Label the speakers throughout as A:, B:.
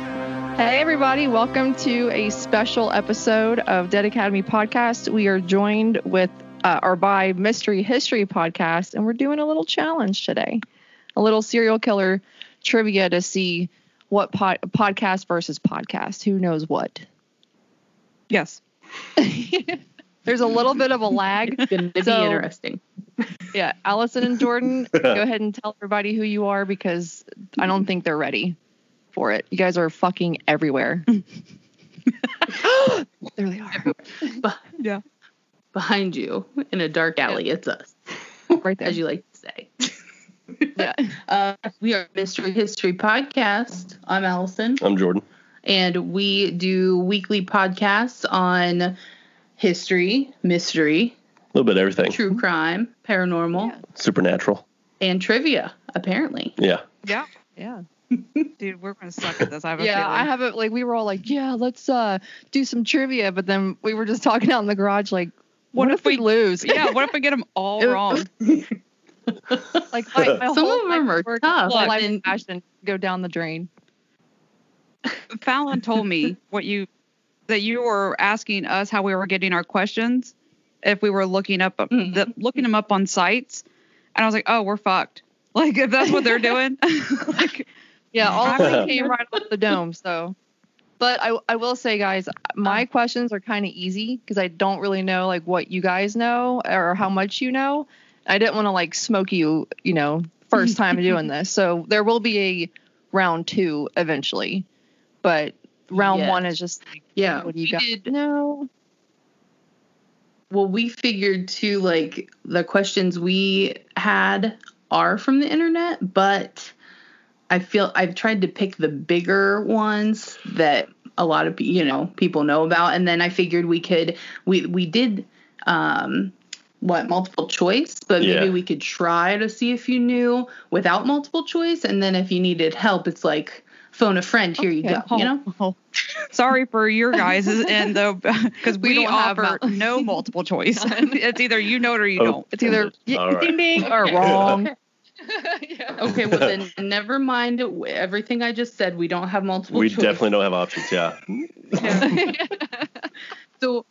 A: Hey, everybody, welcome to a special episode of Dead Academy Podcast. We are joined with uh, or by Mystery History Podcast, and we're doing a little challenge today a little serial killer trivia to see what pod- podcast versus podcast, who knows what.
B: Yes.
A: There's a little bit of a lag.
C: going to
A: So-
C: be interesting.
A: Yeah, Allison and Jordan, go ahead and tell everybody who you are because I don't think they're ready for it. You guys are fucking everywhere. there they are.
B: Yeah.
C: Behind you in a dark alley, it's us,
A: Right there.
C: as you like to say.
A: yeah.
C: Uh, we are Mystery History Podcast. I'm Allison,
D: I'm Jordan.
C: and we do weekly podcasts on history, mystery,
D: A little bit of everything.
C: true crime, paranormal,
A: Yeah.
D: Supernatural.
C: and trivia, apparently.
D: Yeah.
B: Yeah.
A: Yeah.
B: Dude, we're gonna suck at this. I have a
A: Yeah. I
B: feeling.
A: haven't like we were all like, yeah, let's uh do some trivia, but then we were just talking out in the garage like, what, if, we, lose?
B: yeah. What if I get them all
A: It was-
B: wrong?
A: Like my, my
C: Some
A: whole
C: of 'em
A: life's
C: are
A: work,
C: tough,
A: my
C: I
A: life
C: mean-
A: and passion go down the drain.
B: Fallon told me what you that you were asking us how we were getting our questions if we were looking up
A: Mm-hmm.
C: Mhm.
B: the, looking them up on sites, and I was like, oh, we're fucked. Like if that's what they're doing. like,
A: Yeah, all of
D: Yeah.
A: it came right off the dome. So, but I, I will say, guys, my questions are kind of easy because I don't really know like what you guys know or how much you know. I didn't want to like smoke you, you know, first time doing this. So there will be a round two eventually, but round
C: Yes.
A: one is just like,
C: Yeah,
A: what do you
C: we
A: got?
C: did
A: No,
C: Well, we figured too, like the questions we had are from the internet, but I feel I've tried to pick the bigger ones that a lot of pe- you know people know about, and then I figured we could we we did um, what multiple choice, but
D: Yeah.
C: maybe we could try to see if you knew without multiple choice, and then if you needed help, it's like phone a friend. Here you
A: Okay.
C: go. You know,
B: Oh. sorry for your guys and the because
A: We
B: we,
A: don't have
B: offer
A: mul-
B: no multiple choice. it's either you know it or you
D: Oh.
B: don't.
A: it's either
D: All right.
A: ding ding or
C: Okay.
A: wrong.
C: okay. Well, then never mind everything I just said. We don't have multiple.
D: we
C: choice.
D: definitely don't have options. Yeah.
C: So,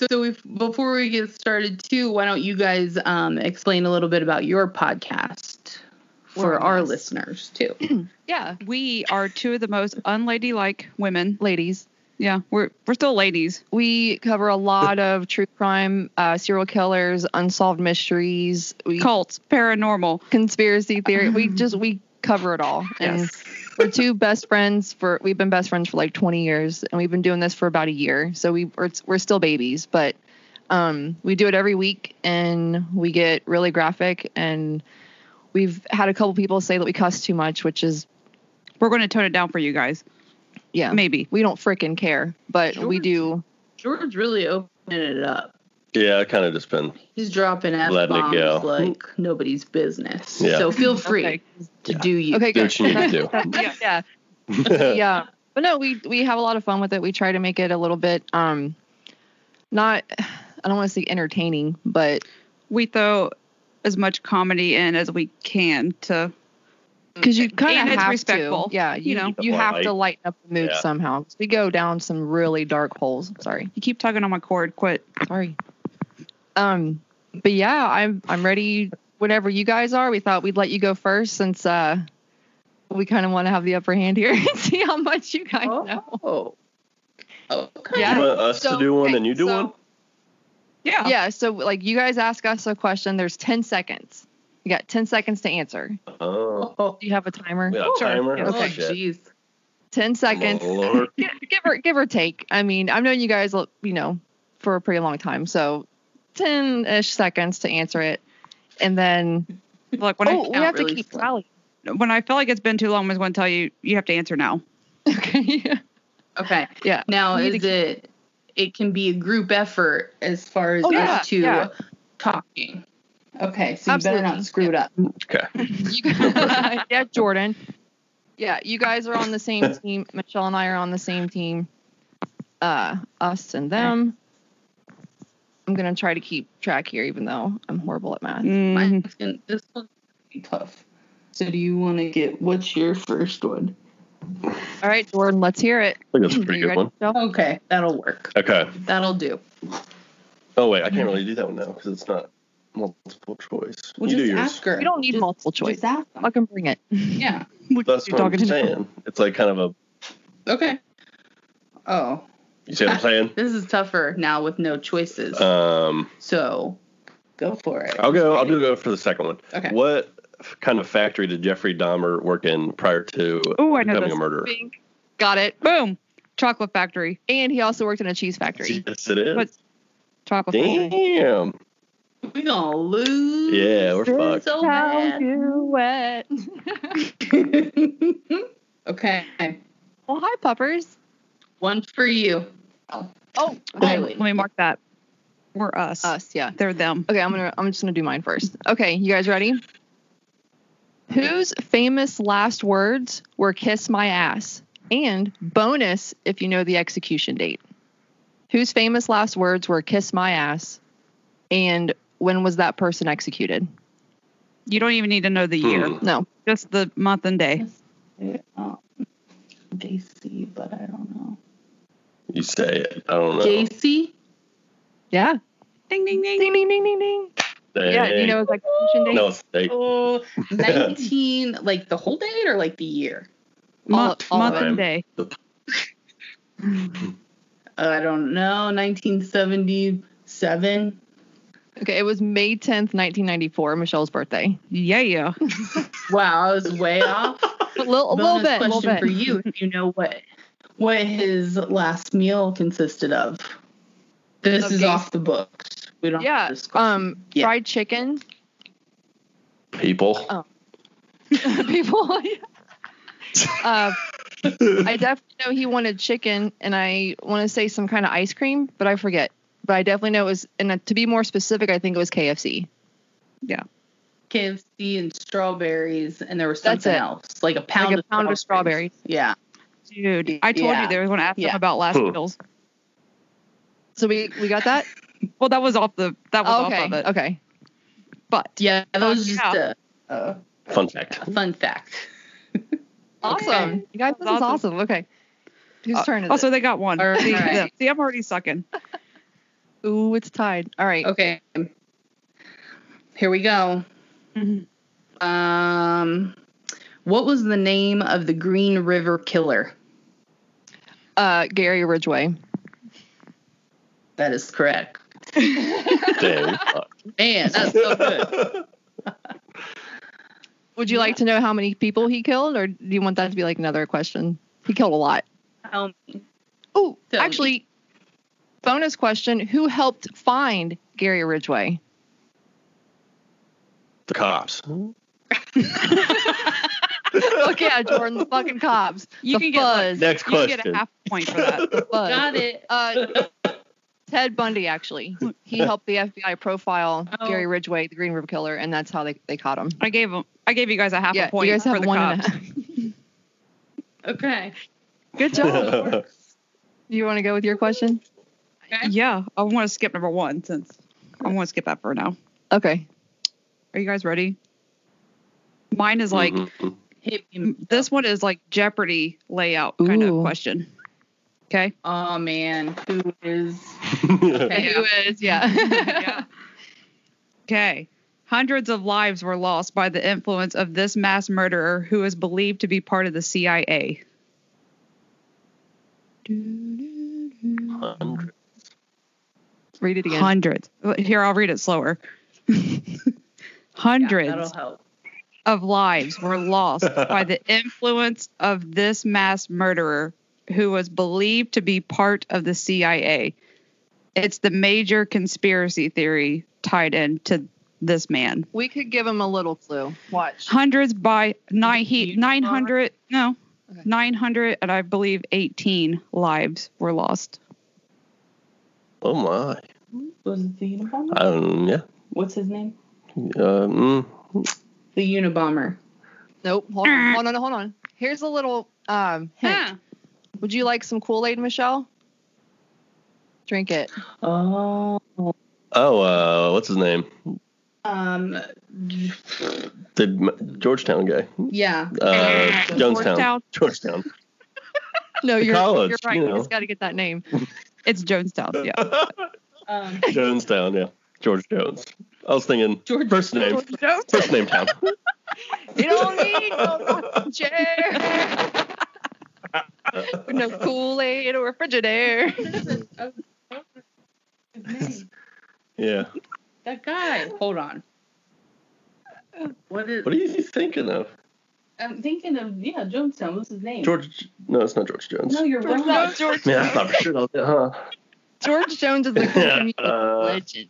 C: so, so if, before we get started, too, why don't you guys um, explain a little bit about your podcast for
A: Well,
C: our
A: yes.
C: listeners, too?
A: yeah,
B: We are two of the most unladylike women.
A: ladies.
B: Yeah, we're we're still ladies.
A: We cover a lot of true crime, uh, serial killers, unsolved mysteries, we,
B: Cults, paranormal.
A: conspiracy theory. We just we cover it all. And we're two best friends for we've been best friends for like 20 years, and we've been doing this for about a year. So we we're, we're still babies, but um, we do it every week, and we get really graphic. And we've had a couple people say that we cuss too much, which is
B: We're going to tone it down for you guys.
A: yeah,
B: Maybe.
A: we don't freaking care, but we
C: Sure.
A: do.
C: George really opened it up.
D: Yeah. I kind of just been.
C: He's dropping F
D: Letting it go.
C: bombs like nobody's business.
D: Yeah.
C: So feel free
A: Okay.
C: to
D: Yeah.
C: do you.
A: Okay,
D: Do
A: good.
D: what you need to do.
B: Yeah.
A: yeah. yeah but no we we have a lot of fun with it we try to make it a little bit um not i don't want to say entertaining but
B: We throw as much comedy in as we can to
A: because you kind
B: And
A: of
B: it's
A: have
B: respectful,
A: to yeah you,
B: you know.
A: you have to
D: Light.
A: lighten up the mood
D: Yeah.
A: somehow 'cause we go down some really dark holes sorry
B: you keep tugging on my cord, quit.
A: sorry um but yeah i'm i'm ready whenever you guys are we thought we'd let you go first since uh we kind of want to have the upper hand here and see how much you guys know
C: Oh. Okay.
A: Yeah.
D: You want us
A: So,
D: to do one
A: okay,
D: and you do
A: so-
D: one?
C: Oh.
B: Yeah.
A: yeah so like you guys ask us a question there's 10 seconds you got 10 seconds to answer
D: Oh.
C: Oh,
A: do you have a timer
D: We got a
C: Sure.
D: timer.
A: Yeah.
D: Oh,
A: Okay.
D: shit. Oh,
C: jeez.
A: 10 seconds
D: Lord.
A: give, give or give or take i mean i've known you guys you know for a pretty long time so 10-ish seconds to answer it and then
B: Like when
A: oh
C: I
A: we
C: count
A: have to
C: really
A: keep
C: slow.
A: tally
B: I when I feel like it's been too long, I'm just going to tell you you have to answer now.
A: okay
C: Okay.
A: Yeah.
C: Now
A: You need
C: is it it can be a group effort as far as
A: Oh, yeah,
C: us two
A: yeah.
C: talking. Okay, so you better
A: Absolutely. Mm-hmm.
C: not screw it up.
D: Okay.
A: You guys, yeah, Jordan. Yeah, you guys are on the same team. Michelle and I are on the same team. Uh, us and them. I'm gonna try to keep track here, even though I'm horrible at math.
B: Mhm.
C: Mine's gonna, this one's gonna be tough. So do you want to get what's your first one?
A: All All right, Jordan, let's hear it.
D: I think that's
A: Are
D: a
A: you
D: pretty good
A: ready,
D: one.
A: Michelle?
C: Okay, that'll work.
D: Okay.
C: That'll do.
D: Oh wait, I
A: Mm-hmm.
D: can't really do that one now because it's not multiple choice.
C: We'll
D: you do
C: just
D: yours.
C: ask her.
A: We don't need
C: Just-
A: multiple choice.
C: Just ask them.
A: Fucking bring it.
C: Yeah.
D: That's what I'm saying. It's like kind of a.
C: Okay. Oh,
D: You see what I'm
C: this is tougher now with no choices.
D: saying? Um,
C: so go for it.
D: I'll go. I'll do go for the second one.
C: Okay.
D: oh, What kind of factory did Jeffrey Dahmer work in prior to
B: Oh, I know
D: becoming a
B: this.
D: murderer?
A: Bink. Got it.
B: Boom. Chocolate factory.
A: And he also worked in a cheese factory.
D: Yes, it is.
B: But- Chocolate factory.
D: Damn.
C: We gonna lose.
D: Yeah, we're fucked.
C: So
A: How
C: bad.
A: do it.
C: okay.
A: Well, hi, puppers.
C: One for you.
A: Oh,
B: Okay,
A: okay.
C: Highly.
B: let me mark that. We're us.
A: Us, yeah.
B: They're them.
A: Okay, I'm gonna. I'm just gonna do mine first. Okay, you guys ready? Whose famous last words were "kiss my ass"? And bonus, if you know the execution date. Whose famous last words were "kiss my ass"? And when was that person executed?
B: You don't even need to know the year,
D: Hmm.
A: No.
B: just the month and day.
C: Um, JC, but I don't know.
D: You say it. I don't know.
C: JC?
A: Yeah.
B: Ding, ding, ding.
A: Ding ding ding ding ding.
D: Dang.
A: Yeah, you know his execution date.
D: No, it's eight.
C: Oh, 19, like the whole date or like the year?
B: Month,
A: all of
B: month and
D: it.
B: day.
C: Uh, I don't know. 1977.
A: Okay, it was May 10th, 1994, Michelle's birthday.
B: Yeah, yeah.
C: Wow, I was way off.
A: A little, a little
C: Bonus
A: bit, a little
C: question
A: bit.
C: for you if you know what what his last meal consisted of. This
A: Of
C: is
A: days.
C: off the books. We don't. have
A: Yeah,
C: this question.
A: Um,
C: Yeah.
A: fried chicken,
D: People.
A: Oh. people. uh, I definitely know he wanted chicken, and I want to say some kind of ice cream, but I forget. But I definitely know it was, and to be more specific, I think it was KFC.
C: KFC and strawberries, and there was
A: That's
C: something
A: it.
C: else, like a pound,
A: like a pound of strawberries.
C: Yeah.
B: Dude, I told
C: Yeah.
B: you there was going to ask
C: Yeah.
B: them about last
D: Hmm.
B: meals.
A: So we we got that.
B: Well, that was off the that was
A: okay,
B: off of it.
A: okay.
B: But
C: Yeah,
A: Oh,
C: that was just
B: Fuck yeah.
C: a, a
D: Fun fact.
C: fun fact.
A: Awesome,
B: Okay.
A: you guys. This
B: That's
A: is
B: awesome.
A: awesome. Okay, whose
B: Uh,
A: turn is
B: also they got one.
C: All
B: See,
C: right.
B: them. See, I'm already sucking.
A: it? Ooh, it's tied. All right.
C: Okay. Here we go.
A: Mm-hmm.
C: Um, what was the name of the Green River Killer?
A: Uh, Gary Ridgway.
C: That is correct.
D: Dang.
C: Man, that's so good.
A: Would you like to know how many people he killed, or do you want that to be like another question? He killed a lot.
C: How
A: Oh,
C: Tell me.
A: actually, bonus question: Who helped find Gary Ridgway?
D: the cops.
A: Look yeah, Jordan, the fucking cops.
B: You
A: the
B: can get, like,
A: fuzz.
D: Next
B: You get
D: question.
B: a half point for that.
A: the fuzz.
C: Got it.
A: Uh, Ted Bundy actually. He helped the FBI profile
C: Oh.
A: Gary Ridgway, the Green River Killer, and that's how they, they caught him.
B: I gave 'em- I gave you guys a half
A: yeah,
B: a point
A: you guys
B: for
A: have
B: the
A: one and
B: cops.
A: a half.
C: Okay.
A: Good job. you want to go with your question?
C: Okay.
B: Yeah, I want to skip number one since I want to skip that for now.
A: Okay.
B: Are you guys ready? Mine is like
D: Mhm.
C: Hit me.
B: m- this one is like Jeopardy layout kind of
A: Ooh.
B: question. Okay.
C: Oh man, who is? Okay.
A: Who is? Yeah.
B: yeah. Okay. Hundreds of lives were lost by the influence of this mass murderer who is believed to be part of the CIA.
D: Hundred.
A: Read it again.
B: Hundreds. Here, I'll read it slower.
C: Yeah,
B: Hundreds
C: that'll help.
B: of lives were lost by the influence of this mass murderer who was believed to be part of the CIA. It's the major conspiracy theory tied into this man.
A: We could give him a little clue. Watch.
B: Hundreds by nine, he,
C: You
B: 900, no,
A: Okay.
B: 900, and I believe 18 lives were lost.
D: Oh my.
C: Was it the Unabomber?
D: Um. Yeah.
A: Uh,
C: What's his name?
D: Um.
C: The Unabomber.
A: Nope. Hold on. Hold on. Hold on. Here's a little um, hint. Would you like some Kool Aid, Michelle? Drink it.
C: Oh.
D: Oh. Uh. What's his name?
C: Um.
D: The M- Georgetown guy.
C: Yeah.
D: Uh. Jonestown.
B: Georgetown.
D: Georgetown.
A: No, you're,
D: college,
A: you're right.
D: you
A: You,
D: know.
A: just got to get that name.
B: It's Jonestown. Yeah.
C: Um,
D: Jonestown, yeah. George Jones. I was thinking
C: George
D: first name. First name town.
A: You don't need no rocking chair, no Kool Aid or Frigidaire.
D: yeah.
C: that guy. Hold on. What is?
D: What are you thinking of?
C: I'm thinking of yeah, Jonestown. What's his name?
D: George no, it's not George Jones.
C: No, you're
A: George
C: right.
A: Jones. George,
D: Man, I thought for sure that was
A: George Jones is a
D: it,
A: community
D: huh? Uh,
A: legend.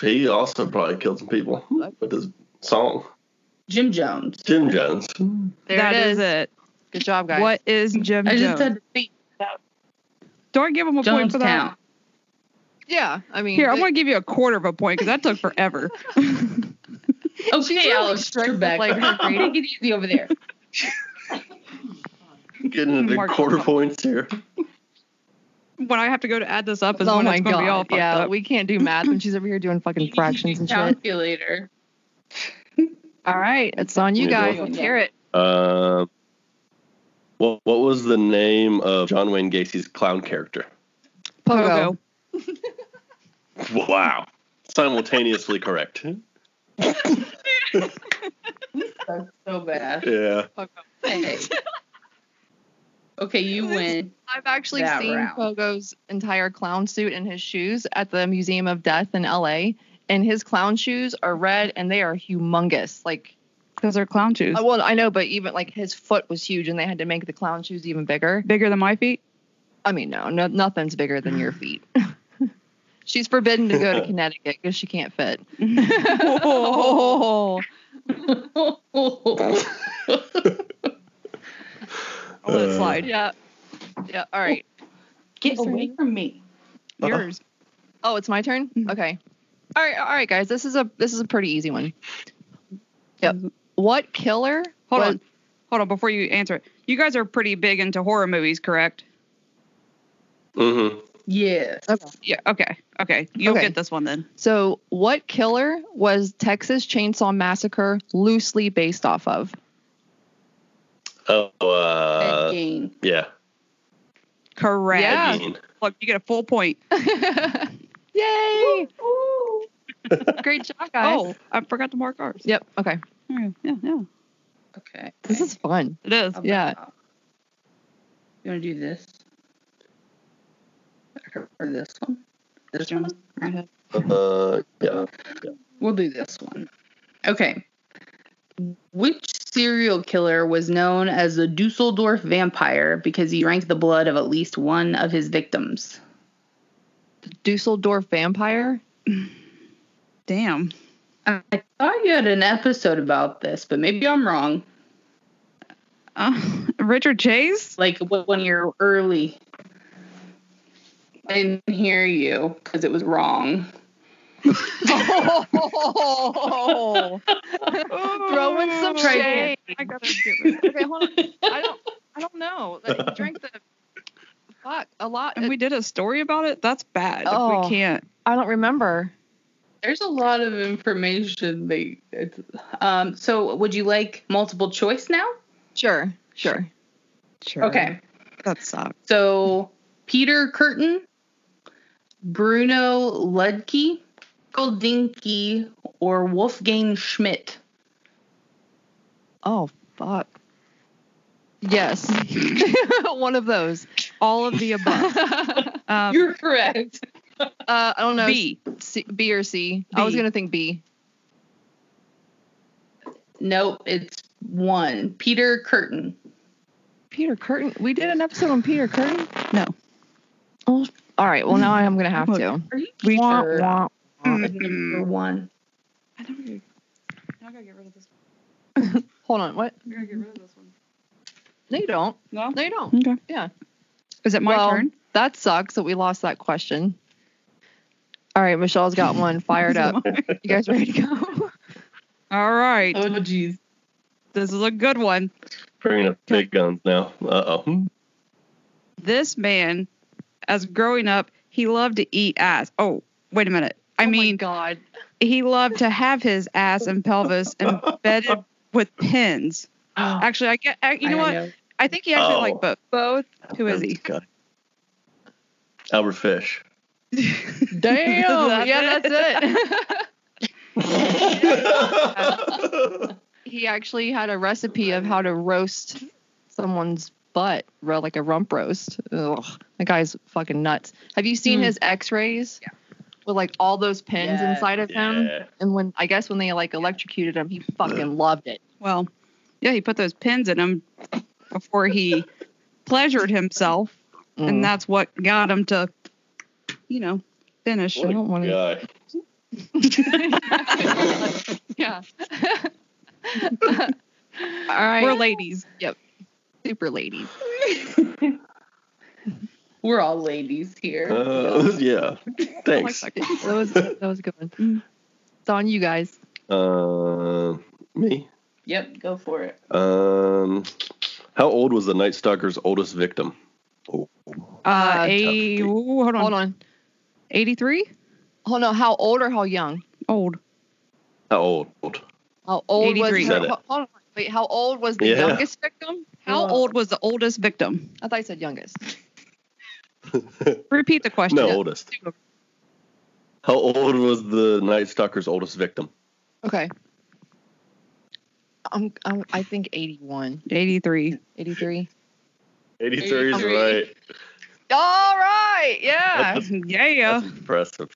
D: he also probably killed some people with his song.
C: Jim Jones.
D: Jim Jones.
A: There
B: That
A: it
B: is
A: is.
B: it.
A: Good job, guys.
B: What is Jim
C: I
B: Jones?
C: just said the
B: Don't give him a point for that.
C: Jonestown.
A: Yeah, I mean,
B: Here, I'm
A: they-
B: gonna give you a quarter of a point because that took forever.
C: Okay, Alice
A: strict with,
C: Trebek.
A: like, her grading.
C: Take it easy over there.
D: Getting into
B: Mark-
D: quarter points here.
B: when I have to go to add this up is
A: oh
B: when
A: my
B: it's gonna be all
A: god,
B: fucked
A: yeah,
B: up.
A: we can't do math when she's over here doing fucking fractions and shit.
C: Calculator.
A: All right, it's on you
D: Here we
A: guys.
D: go.
A: Let's hear it.
D: Uh, what what was the name of John Wayne Gacy's clown character?
A: Pogo.
B: Pogo.
D: Wow. Simultaneously correct.
C: That's so bad.
D: Yeah.
C: Hey. Okay, you win.
A: I've actually
C: That
A: seen
C: round.
A: Pogo's entire clown suit and his shoes at the Museum of Death in LA. And his clown shoes are red and they are humongous. Like,
B: Because they're clown shoes.
A: I- well, I know, but even like his foot was huge and they had to make the clown shoes even bigger.
B: Bigger than my feet.
A: I mean, no, no nothing's bigger than your feet. She's forbidden to go to Connecticut because she can't fit.
B: Oh, I'll let Oh, it
D: Uh,
B: slide.
A: Yeah. Yeah. All right.
C: Get away from me.
D: uh-huh.
B: Yours.
A: Oh, it's my turn.
B: Mhm.
A: Okay. All right, all right, guys. This is a this is a pretty easy one. Yep. What killer?
B: Mm-hmm. Hold
A: was-
B: on. Hold on before you answer it. You guys are pretty big into horror movies, correct?
D: Mm-hmm.
C: Yes.
B: Yeah. Okay. Okay. You'll
A: Okay.
B: get this one then.
A: So, what killer was Texas Chainsaw Massacre loosely based off of?
D: Oh,
C: Ed
D: uh,
C: Gein.
D: yeah.
B: Correct.
A: Yeah.
D: Ed Gein.
B: Look, you get a full point.
A: Yay! Great job, guys.
B: Oh, I forgot to mark ours.
A: Yep. Okay.
B: Yeah. Yeah. yeah.
C: Okay.
A: This is fun.
B: It is.
C: I'll
A: yeah.
C: back off. You want to do this? Or or this one? This one? Okay.
D: Uh, yeah.
C: We'll do this one. Okay. Which serial killer was known as the Dusseldorf vampire because he drank the blood of at least one of his victims?
A: Dusseldorf vampire.
B: Damn.
C: I I thought you had an episode about this, but maybe I'm wrong.
B: Uh, Richard Chase?
C: Like wh- when you're early. I didn't hear you because it was wrong.
A: oh, throwing some
C: Try
A: shade.
C: again.
B: I gotta get rid of it.
A: Okay, hold on. I don't. I don't know. Like, drink the fuck a lot.
B: And we did a story about it. That's bad.
A: Oh.
B: We can't.
A: I don't remember.
C: There's a lot of information. They, it's, um, so would you like multiple choice now?
A: Sure. Sure.
B: Sure.
C: Okay.
B: That sucks.
C: So Peter Curtin, Bruno Ludke, Michael Dinky, or Wolfgang Schmidt.
A: Oh fuck. Yes. One of those.
B: All of the above.
A: uh,
B: Um,
C: You're correct.
A: I don't know.
B: B.
A: C, B or C. I was
B: B.
A: gonna think B.
C: Nope, it's one. Peter Curtin.
A: Peter Curtin. We did an episode on Peter Curtin.
B: No.
A: Oh, all right. Well, now I'm gonna have to.
C: Are you
B: We-
C: sure?
A: Wah, wah.
C: Number one.
B: I don't know. Now I gotta get rid of this one.
A: Hold on. What?
B: I gotta get rid of this one.
A: No, you don't.
B: No?
A: No, you don't.
B: Okay.
A: Yeah.
B: Is it my
A: Well,
B: turn?
A: That sucks that we lost that question. All right, Michelle's got one fired up. You guys ready to go?
B: All right.
C: Oh, jeez.
B: This is a good one.
D: Bringing up big guns now. Uh oh.
B: This man, as growing up, he loved to eat ass. Oh, wait a minute. I
A: Oh my
B: mean,
A: God.
B: he loved to have his ass and pelvis embedded with pins.
C: Oh,
B: Actually, I get. I, you know what? I think he actually
D: Oh.
B: liked both. Both. Who is he?
D: God. Albert Fish.
A: Damn.
B: That's
A: yeah,
B: it.
A: that's it. he actually had a recipe of how to roast someone's butt, ro- like a rump roast. Ugh, the guy's fucking nuts. Have you seen
C: Mm.
A: his X-rays?
B: Yeah.
A: With like all those pins
C: Yes.
A: inside of him,
D: yeah.
A: and when I guess when they like electrocuted him, he fucking loved it.
B: Well, yeah, he put those pins in him before he pleasured himself,
D: Hmm.
B: and that's what got him to, you know, finish.
A: I don't want to.
D: Guy.
A: Yeah. All right.
B: We're ladies.
A: super ladies.
C: We're all ladies here.
D: Uh, yeah. Thanks.
B: Like,
A: Oh, That was that was a good one. It's on you guys.
D: Uh, me.
C: Yep, go for it.
D: Um, how old was the Night Stalker's oldest victim?
B: uh,
A: Uh,
B: a, ooh, hold on,
A: Hold on.
B: 83?
A: Hold on. How old or how young?
B: Old.
D: How old?
A: How old
B: 83.
A: was?
D: Said it.
A: Hold on. Wait. How old was the
D: Yeah.
A: youngest victim?
B: How
A: How old?
B: old was the oldest victim?
A: I thought you said youngest.
B: Repeat the question.
D: No, oldest. How old was the Night Stalker's oldest victim?
A: Okay. I'm, I'm I think 81,
B: 83.
A: 83.
D: 83 is
C: 83.
D: right.
A: All right. Yeah.
B: yeah.
D: That's impressive.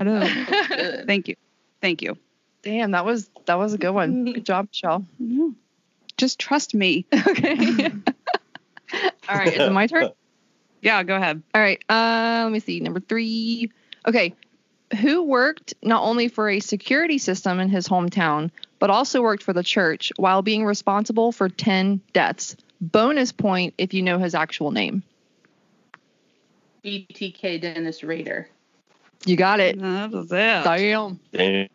B: I know.
C: Good.
B: Thank you. Thank you.
A: Damn, that was that was a good one. Good job, Michelle.
B: Just trust me.
A: Okay. All right. Is it my turn?
B: Yeah, go ahead.
A: All right. Uh, let me see. Number three. Okay. Who worked not only for a security system in his hometown, but also worked for the church while being responsible for 10 deaths? Bonus point if you know his actual name.
C: BTK Dennis Rader.
A: You got it.
B: That was it.
A: Damn.
D: Damn.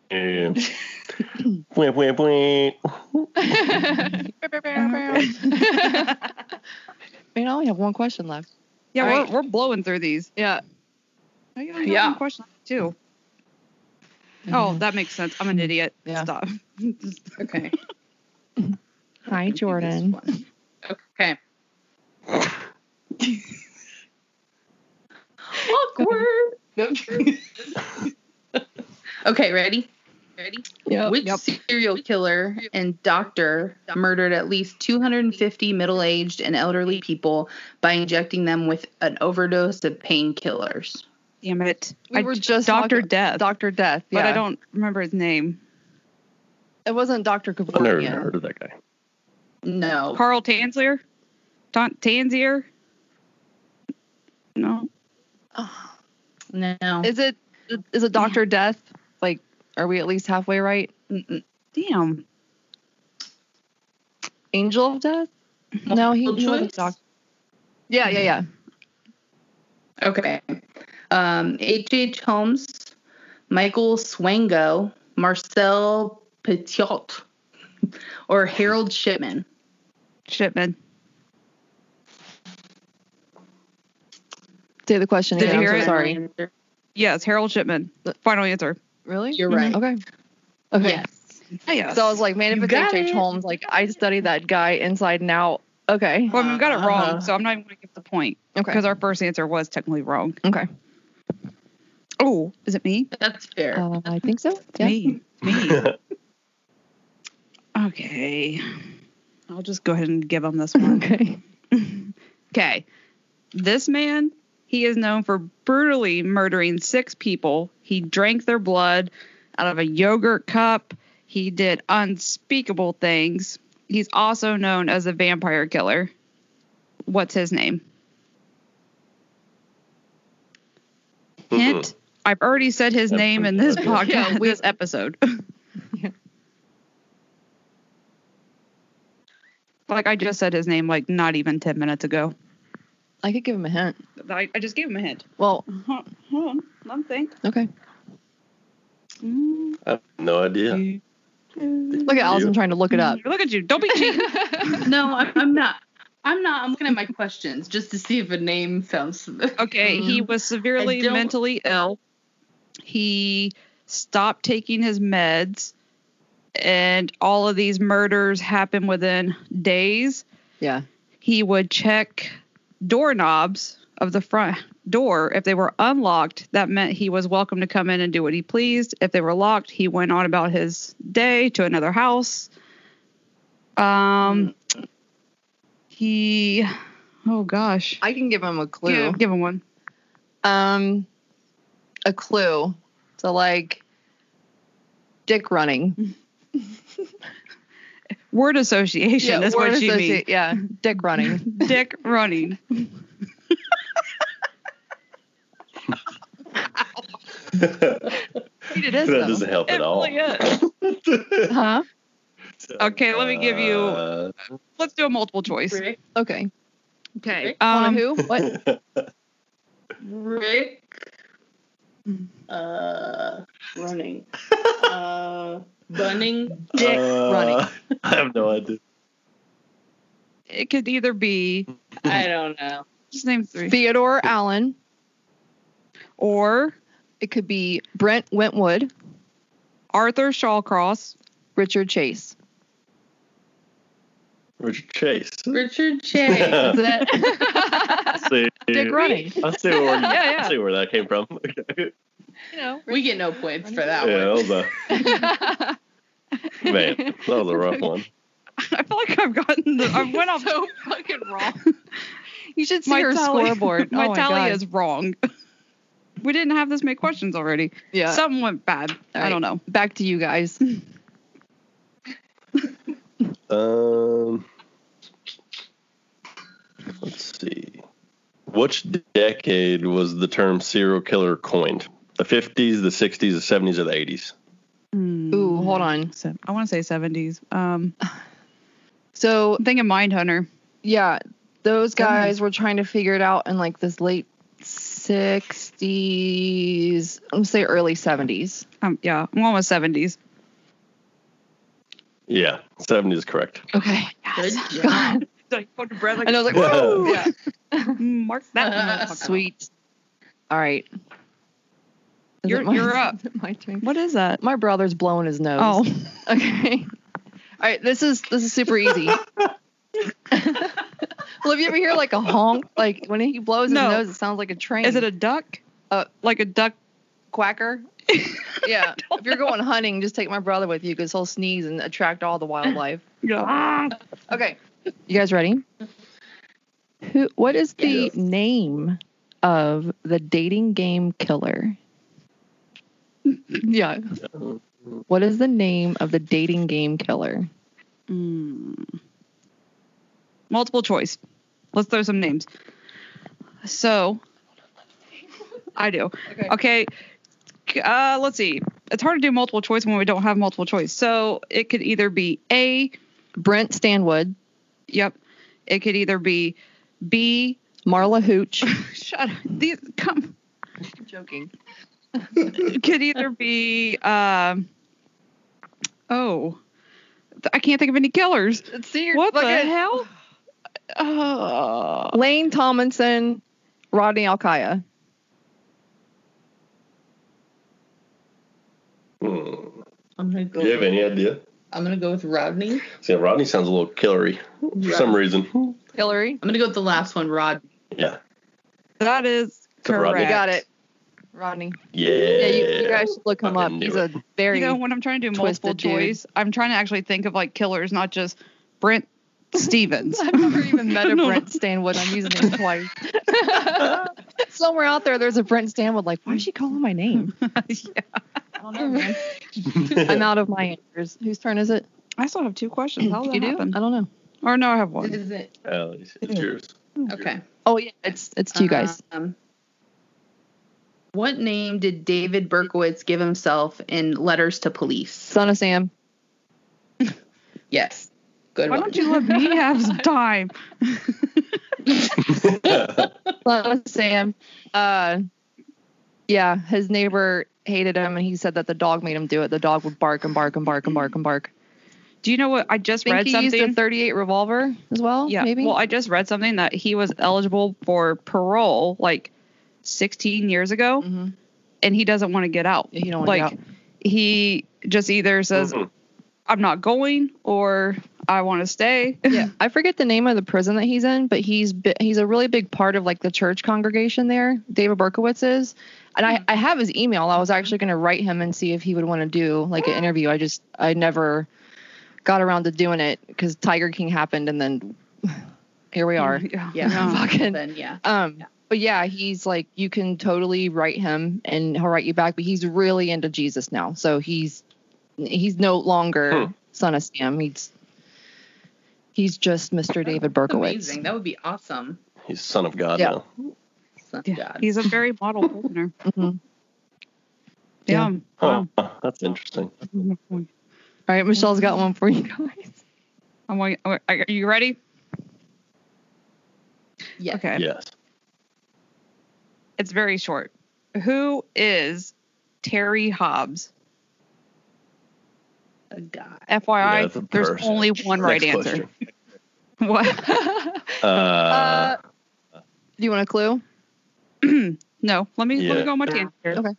D: Bwah, bwah, bwah.
A: Man, I only have one question left.
B: Yeah,
A: All
B: we're,
A: right.
B: we're blowing through these. Oh,
A: Yeah.
B: I got another
C: Yeah.
B: question too. Oh, that makes sense. I'm an idiot.
A: Mm-hmm. Yeah.
B: Stop.
C: Okay.
A: Hi,
C: Give me this
A: Jordan.
C: one. Okay. Awkward. okay, ready? Ready?
A: Oh, Yep.
C: Which serial killer and doctor murdered at least 250 middle aged and elderly people by injecting them with an overdose of painkillers?
B: Damn it.
A: We
B: I
A: were
B: j-
A: just
B: Dr.
A: talking-
B: Death.
A: Dr. Death.
B: But I
A: yeah.
B: don't remember his name.
A: It wasn't Dr.
D: I've never
A: Kavorian.
D: even heard of that guy.
C: No.
B: Carl Tanzler? Tan- Tanzier? No.
C: No.
A: Is it is it Doctor Death? Like, are we at least halfway right?
C: Mm-mm.
B: Damn.
A: Angel of Death? No, he, he was
C: Choice?
A: Doctor. Yeah, yeah, yeah.
C: Okay. Um, H.H. Holmes, Michael Swango, Marcel Petiot, or Harold Shipman.
B: Shipman.
A: Say the question
B: Did
A: again.
B: you
A: I'm
B: hear
A: so
B: it?
A: sorry.
B: Yes, Harold Shipman. Final answer.
A: Really?
C: You're right.
A: Okay. Mm-hmm. Okay.
C: Yes.
B: Yes.
A: So I was like, man,
C: You
A: if
C: got
A: it's H.H.
C: it.
A: Holmes, like I studied that guy inside and out. Okay.
B: well, I mean, we got it wrong,
C: Uh-huh.
B: so I'm not even going to give the point
A: Okay.
B: because our first answer was technically wrong.
A: Okay.
B: Oh, is it me?
C: That's fair.
A: Um, I think so.
B: It's
A: Yeah.
B: me. It's me. okay. I'll just go ahead and give him this one.
A: Okay.
B: Okay. This man, he is known for brutally murdering six people. He drank their blood out of a yogurt cup. He did unspeakable things. He's also known as a vampire killer. What's his name? Hint. I've already said his
D: That's
B: name in this
D: pretty good.
B: podcast,
A: Yeah, we-
B: this episode.
A: Yeah.
B: Like I just said his name, like not even ten minutes ago.
A: I could give him a hint.
B: I, I just gave him a hint.
A: Well,
B: Uh-huh. Hold on, let me think.
A: okay.
B: Mm.
D: I have no idea.
A: Look at Allison
D: You?
A: trying to look it up.
B: Mm-hmm. Look at you. Don't be cheating.
C: no, I'm, I'm not. I'm not. I'm looking at my questions just to see if a name sounds.
B: okay, he
A: Mm.
B: was severely
C: I don't-
B: mentally ill. He stopped taking his meds, and all of these murders happened within days.
A: yeah.
B: he would check doorknobs of the front door. If they were unlocked, that meant he was welcome to come in and do what he pleased. If they were locked, he went on about his day to another house. Um, he, oh gosh,
A: I can give him a clue.
B: give, give him one.
A: Um, a clue to like dick running.
B: Word association is
A: word
B: what you
A: associ- Yeah, dick running.
B: mean. Dick running.
A: it
D: that
A: is though.
D: doesn't help at all.
B: It really is.
A: Huh?
B: Okay, let me give you-
D: Uh,
B: Let's do a multiple choice.
C: Rick,
A: Okay.
B: Okay.
A: Um,
B: Um,
A: who? What?
C: Rick, uh, running, uh, bunning.
A: Dick
D: uh,
A: running.
D: I have no idea.
B: It could either be
C: I don't know.
B: just name three
A: Theodore Allen.
B: or
A: It could be Brent Wentwood,
B: Arthur Shawcross.
A: Richard Chase.
D: Richard Chase.
C: Richard Chase.
A: Is that
D: See,
A: dick running?
D: I see where
B: Yeah, yeah.
D: I see where that came from. Okay.
A: You know.
C: we get no points for
D: Yeah,
C: that
D: that
C: one.
D: was a man. That was a rough one.
B: I feel like I've gotten the. I went off.
A: so fucking wrong. You should see
B: My
A: her
B: tally-
A: scoreboard.
B: my
A: oh
B: tally
A: God.
B: is wrong. We didn't have this many questions already.
A: yeah.
B: Something went bad. I don't know.
A: Back to you guys.
D: Um, let's see. Which decade was the term serial killer coined? The 50s, the 60s, the 70s, or the 80s?
A: Ooh, hold on.
B: Hmm. Se- I want to say 70s. Um,
A: So
B: I'm thinking Mindhunter.
A: yeah, those
B: Go ahead.
A: guys were trying to figure it out in like this late sixties. I'm gonna say early seventies.
B: Um, yeah, I'm going with 70s.
D: Yeah, 70s is correct.
A: Okay.
C: Good job.
A: God.
B: Like, hold your breath, like,
A: And I was like,
D: Whoa.
A: woo!
B: Yeah. Mark that. motherfucker.
A: Sweet. All right. Is it
B: You're-
A: my-
B: you're up.
A: is it My turn.
B: What is that?
A: My brother's blowing his nose.
B: Oh,
A: Okay. All right, this is this is super easy. well, if you ever hear like a honk, like when he blows
B: No.
A: his nose, it sounds like a train.
B: is it a duck?
A: Uh,
B: like a duck.
A: quacker? Yeah. if you're going hunting, just take my brother with you because he'll sneeze and attract all the wildlife.
B: Ah,
A: Okay. You guys ready? Who? What is the
D: Yes.
A: name of the dating game killer? yeah. What is the name of the dating game killer?
B: Mm. Multiple choice. Let's throw some names. So, I do.
A: Okay.
B: Okay. Uh, let's see. It's hard to do multiple choice when we don't have multiple choice. So it could either be A.
A: Brent Stanwood,
B: Yep. It could either be B.
A: Marla Hooch.
B: Shut up. These come.
A: I'm joking.
B: It could either be. Um, oh, I can't think of any killers.
A: See your
B: What the
A: fucking-
B: hell? Uh,
A: Lane Tomlinson, Rodney Alkaya.
D: Hmm.
C: I'm gonna go.
D: Do you have any idea?
C: I'm gonna go with Rodney.
D: See, Rodney sounds a little killery for some reason.
A: Hillary.
C: I'm gonna go with the last one, Rodney.
D: Yeah.
B: that is
D: So
B: correct.
D: Rodney- You
A: You got it. Rodney.
D: Yeah.
A: Yeah, you, you guys should look him up.
D: Fucking knew
A: He's a very
B: you know, when I'm trying to do
A: twisted
B: multiple
A: dude.
B: choice, I'm trying to actually think of like killers, not just Brent Stevens.
A: I've never even met a
B: No.
A: Brent Stanwood. I'm using him twice. Somewhere out there, there's a Brent Stanwood. Like, why is she calling my name?
B: Yeah.
A: I don't know, man. I'm out of my answers. Whose turn is it?
B: I still have two questions. How did
A: You
B: that
A: do?
B: happen?
A: I don't know.
B: Or no, I have one.
C: Is it
D: Oh, it's it's yours.
C: okay?
A: Oh yeah, it's it's to you guys.
C: Um, what name did David Berkowitz give himself in Letters to Police?
A: Son of Sam.
C: Yes. Good
B: Why
C: one.
B: don't you let me have some time?
A: Son of Sam. Uh, yeah, his neighbor hated him, and he said that the dog made him do it. The dog would bark and bark and bark and bark and bark.
B: Do you know what? I just
A: think
B: read
A: he
B: something.
A: used a 38 revolver as well.
B: yeah.
A: maybe.
B: Well, I just read something that he was eligible for parole like 16 years ago,
A: Mhm.
B: and he doesn't want to get out.
A: You don't
B: like
A: want
B: he just either says,
D: Mhm.
B: "I'm not going," or I want to stay.
A: yeah, I forget the name of the prison that he's in, but he's bi- he's a really big part of like the church congregation there. David Berkowitz is, and I I have his email. I was actually going to write him and see if he would want to do like an interview. I just I never got around to doing it because Tiger King happened, and then here we are.
B: Yeah.
C: Yeah.
B: No.
A: Fucking
C: Then yeah.
A: Um,
C: Yeah.
A: but yeah, he's like you can totally write him and he'll write you back. But he's really into Jesus now, so he's he's no longer
D: Hmm.
A: son of Sam. He's he's just Mr. David
C: That's
A: Berkowitz.
C: Amazing. That would be awesome.
D: He's son of God
A: Yeah.
D: now.
C: Son of
B: Yeah.
C: God.
B: He's a very model prisoner.
A: Mhm.
B: Yeah. Um,
D: Huh. That's interesting.
B: Wow.
A: All right, Michelle's got one for you guys.
B: I'm wait- are are you ready?
C: Yeah.
B: Okay.
D: Yes.
B: It's very short. Who is Terry Hobbs?
C: A god.
D: Yeah,
B: FYI,
D: that's a
B: there's
D: person.
B: only one right
D: Next
B: answer.
D: question.
B: What?
D: Uh,
A: Uh, Do you want a clue?
B: no, let me let me
D: Yeah.
B: go on my tangent here.
A: Okay.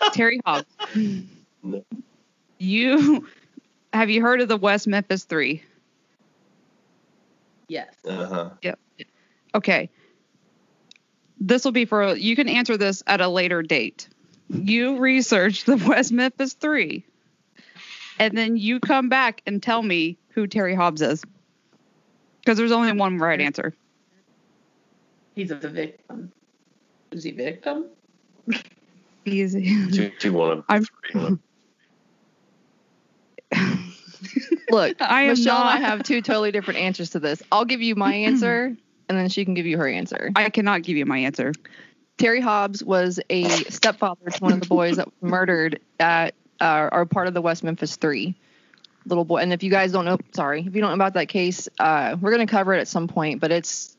B: Uh, Terry Hobbs.
D: No.
B: You have you heard of the West Memphis Three?
C: Yes.
D: uh-huh.
B: Okay. This will be for you can answer this at a later date. You research the West Memphis Three, and then you come back and tell me who Terry Hobbs is, because there's only one right answer.
C: He's a victim. Is he victim?
B: Easy.
D: Two, two, one,
B: I'm-
D: three.
A: Look,
B: I am
A: Michelle
B: not. I,
A: and I have two totally different answers to this. I'll give you my answer, and then she can give you her answer.
B: cannot give you my answer.
A: Terry Hobbs was a stepfather to one of the boys that was murdered at uh, or part of the West Memphis Three little boy. And if you guys don't know, sorry, if you don't know about that case, uh, we're gonna cover it at some point. But it's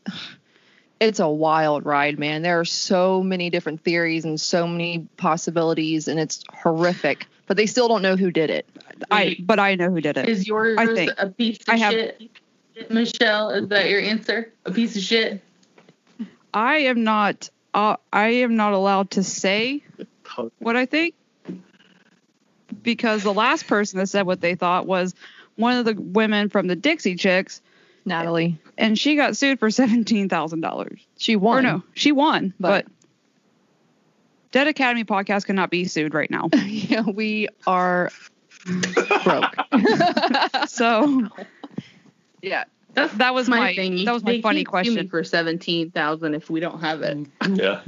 A: it's a wild ride, man. There are so many different theories and so many possibilities, and it's horrific. But they still don't know who did it.
B: I but I know who did it.
C: Is yours
B: I think-
C: a piece of
B: I have-
C: shit? Michelle, is that your answer? A piece of shit?
B: I am not. Uh, I am not allowed to say what I think because the last person that said what they thought was one of the women from the Dixie Chicks,
A: Natalie,
B: and she got sued for seventeen thousand dollars.
A: she won.
B: Or no, she won,
A: But-
B: but. Dead Academy podcast cannot be sued right now.
A: yeah, we are broke.
B: So
A: yeah,
C: That's
B: that was my, that was my funny question. Mm.
C: for seventeen thousand if we don't have it.
D: yeah.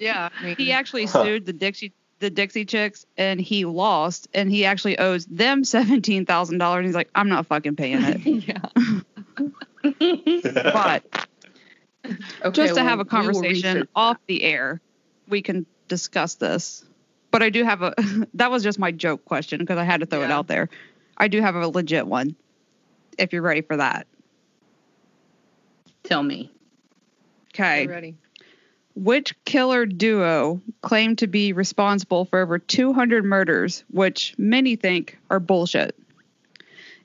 A: yeah. I mean-
B: he actually
D: Huh.
B: sued the Dixie the Dixie Chicks and he lost and he actually owes them seventeen thousand dollars. He's like, I'm not fucking paying it.
A: yeah.
B: But
C: Okay,
B: just to
C: well,
B: have a
C: we will
B: conversation
C: research
B: off the air, we can discuss this. But I do have a that was just my joke question because I had to throw it
C: Yeah.
B: out there. I do have a legit one. If you're ready for that.
C: that. Tell me.
B: Okay.
A: Ready.
B: Which killer duo claimed to be responsible for over 200 murders, which many think are bullshit?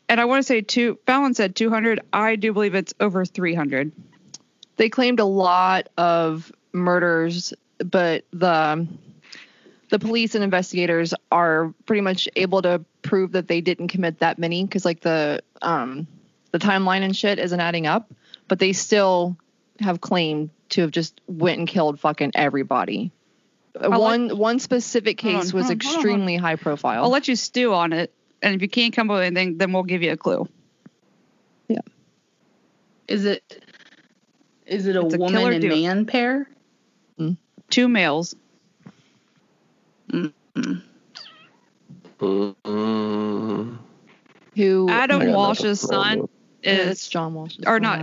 B: And I want to say two. Fallon said 200. I do believe it's over 300.
A: they claimed a lot of murders, but the the police and investigators are pretty much able to prove that they didn't commit that many because like the um the timeline and shit isn't adding up, but they still have claimed to have just went and killed fucking everybody.
B: like-
A: one one specific
B: Hold on,
A: case was
B: hold on, hold on, hold on.
A: extremely high profile.
B: I'll let you stew on it, and if you can't come up with anything, then we'll give you a clue.
C: Is it is it a
B: It's a
C: woman
B: killer
C: and
B: duo.
C: man pair?
B: Two males.
D: Mm,
A: who
D: I got
B: Adam Walsh's
D: nothing.
B: son
A: is
B: is,
A: John Walsh?
B: or not,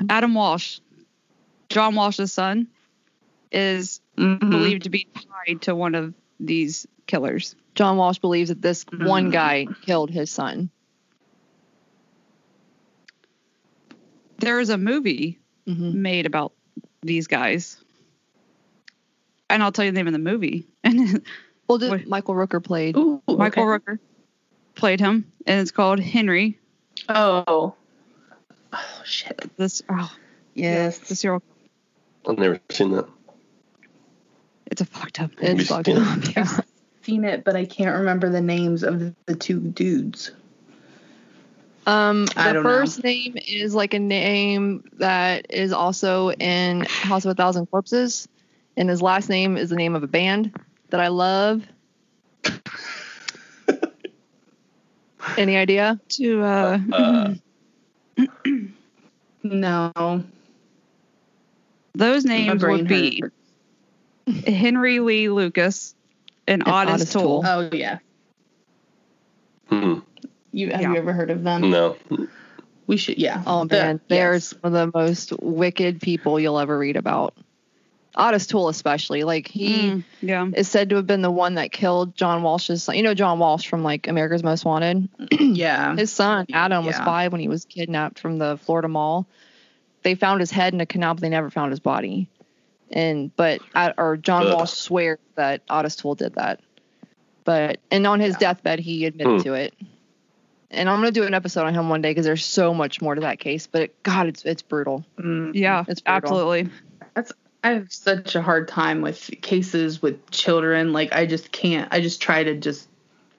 B: Adam Walsh, John Walsh's son is
C: Mm-hmm.
B: believed to be tied to one of these killers.
A: John Walsh believes that this one
B: Mm-hmm.
C: Mm.
A: guy killed his son.
B: there is a movie
A: hmm
B: made about these guys. And I'll tell you the name of the movie. And
A: Well, did
B: What-
A: Michael Rooker played?
C: Ooh,
B: Michael
C: okay.
B: Rooker played him, and it's called Henry.
C: Oh. Oh shit.
B: This oh, the
C: Yes.
B: serial.
D: I've never seen that.
B: It's a fucked up.
D: Have
A: It's
D: you
A: fucked
D: seen
A: up. Yeah.
C: Seen it, but I can't remember the names of the two dudes.
A: Um,
C: I
A: the
C: don't know.
A: first name is like a name that is also in House of a Thousand Corpses, and his last name is the name of a band that I love. Any idea?
B: To uh,
D: Uh,
C: No.
B: those
C: My
B: names would
C: brain
B: be
C: hurt.
B: Henry Lee Lucas and,
A: And
B: Otis,
A: Otis
B: Tool.
A: Toole.
C: Oh yeah.
D: hmm,
C: You have
B: Yeah.
C: you ever heard of them?
D: no.
C: We should. Yeah.
A: Oh
C: The-
A: man, they're some of the most wicked people you'll ever read about. Otis Toole, especially, like he
B: Mm, yeah.
A: is said to have been the one that killed John Walsh's son. You know John Walsh from like America's Most Wanted.
C: yes. Yeah.
A: His son Adam was
C: Yeah.
A: five when he was kidnapped from the Florida Mall. They found his head in a canal, but they never found his body. And but I- or John
D: Ugh.
A: Walsh swears that Otis Toole did that. But and on his
C: Yeah.
A: deathbed, he admitted
D: Hmm.
A: to it. And I'm gonna do an episode on him one day because there's so much more to that case. But it, God, it's it's brutal.
C: Mm.
B: Yeah.
A: It's brutal.
B: absolutely.
C: I have such a hard time with cases with children. Like I just can't. I just try to just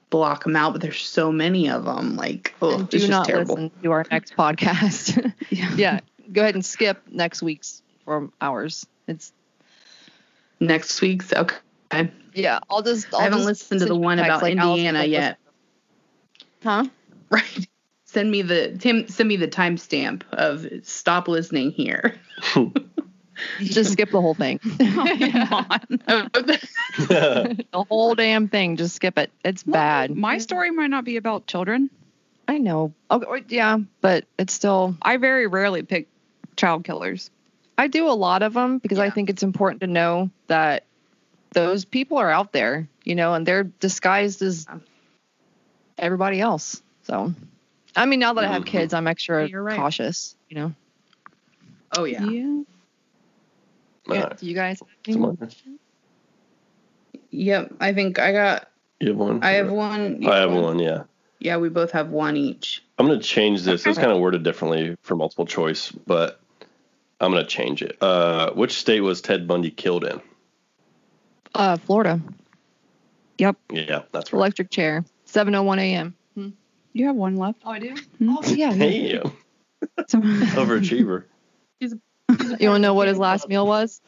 C: block them out, but there's so many of them. Like oh,
A: and
C: it's
A: do
C: just
A: not
C: terrible.
A: listen to our next podcast.
B: Yeah.
A: yeah, go ahead and skip next week's from ours. It's
C: Next week's okay.
A: yeah. I'll just I'll
C: I haven't
A: just
C: listened to the
A: send you
C: one
A: text
C: about
A: like Allison
C: Indiana
A: Douglas.
C: yet.
A: Huh?
C: Right. Send me the Tim. Send me the timestamp of stop listening here.
A: Just skip the whole thing.
B: Come on.
A: the whole damn thing. Just skip it. It's bad.
B: My story might not be about children.
A: I know. Okay, or- yeah, but it's still.
B: I very rarely pick child killers.
A: I do a lot of them because I
C: Yeah.
A: think it's important to know that those people are out there, you know, and they're disguised as everybody else. So, I mean, now that I have
D: Mhm.
A: kids, I'm extra
B: You're right.
A: cautious. You know.
C: oh yeah.
D: Alright,
A: Do you guys? have any?
D: come on.
C: Yep. I think I got.
D: You have one?
C: I have one. you
D: I have one, yeah.
C: Yeah, we both have one each.
D: I'm going to change this. It's
A: Okay.
D: kind of worded differently for multiple choice, but I'm going to change it. Uh, which state was Ted Bundy killed in?
A: Uh, Florida,
D: Yeah, that's right.
A: electric chair, 7:01 a.m.
B: You have one left.
A: Oh, I do.
B: Hmm?
A: Oh, yeah. You
D: Damn,
B: he
D: overachiever.
A: want to know what his last meal was?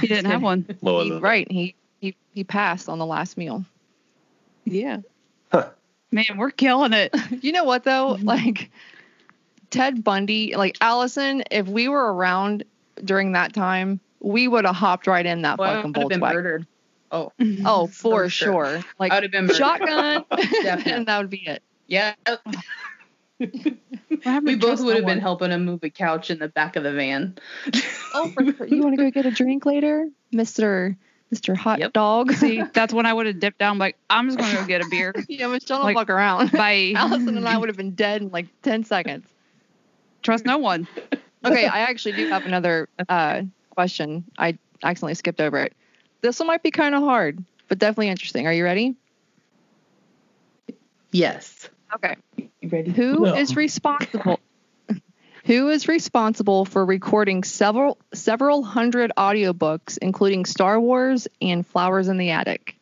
B: didn't have one.
D: Lower
A: He-
D: than-
A: right. He, he he passed on the last meal.
B: Yeah.
D: Huh.
B: Man, we're killing it.
A: You know what though?
B: Mhm.
A: Like Ted Bundy, like Allison, if we were around during that time, we would have hopped right in that
C: Well, I
A: fucking
C: would've been
A: Volkswagen.
C: murdered.
A: Oh, for
C: For sure.
A: sure.
C: I would
A: Like
C: have been murdered.
A: shotgun,
C: Definitely.
A: and that would be it.
C: Yeah. We both would have been helping him move a couch in the back of the van.
A: Oh, for sure. you want to go get a drink later, Mister Mister Hot
C: Yep.
A: Dog?
B: See, that's when I would have dipped down. Like, I'm just gonna go get a beer.
A: yeah, Michelle, don't
B: Like-
A: fuck around.
B: Bye.
A: Allison and I would have been dead in like ten seconds.
B: trust no one.
A: Okay, I actually do have another uh, question. I accidentally skipped over it. This one might be kind of hard, but definitely interesting. Are you ready?
C: Yes.
A: Okay.
C: You ready?
A: Who is
D: No.
A: responsible? Who is responsible for recording several several hundred audiobooks, including Star Wars and Flowers in the Attic?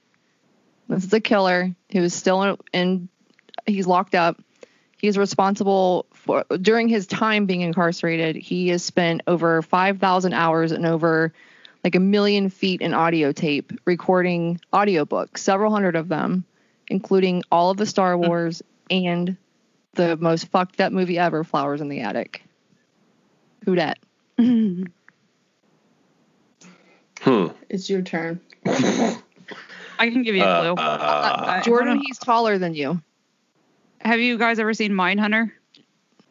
A: This is a killer who is still in, in he's locked up. He's responsible for during his time being incarcerated, he has spent over 5,000 hours and over like a million feet in audio tape recording audiobooks, several hundred of them, including all of the Star Wars and the most fucked up movie ever, Flowers in the Attic. Who dat?
B: I
D: Hmm.
C: It's your turn.
B: can give you a
D: Uh,
B: clue.
D: uh,
A: Jordan,
B: wanna-
A: he's taller than you.
B: Have you guys ever seen Mindhunter?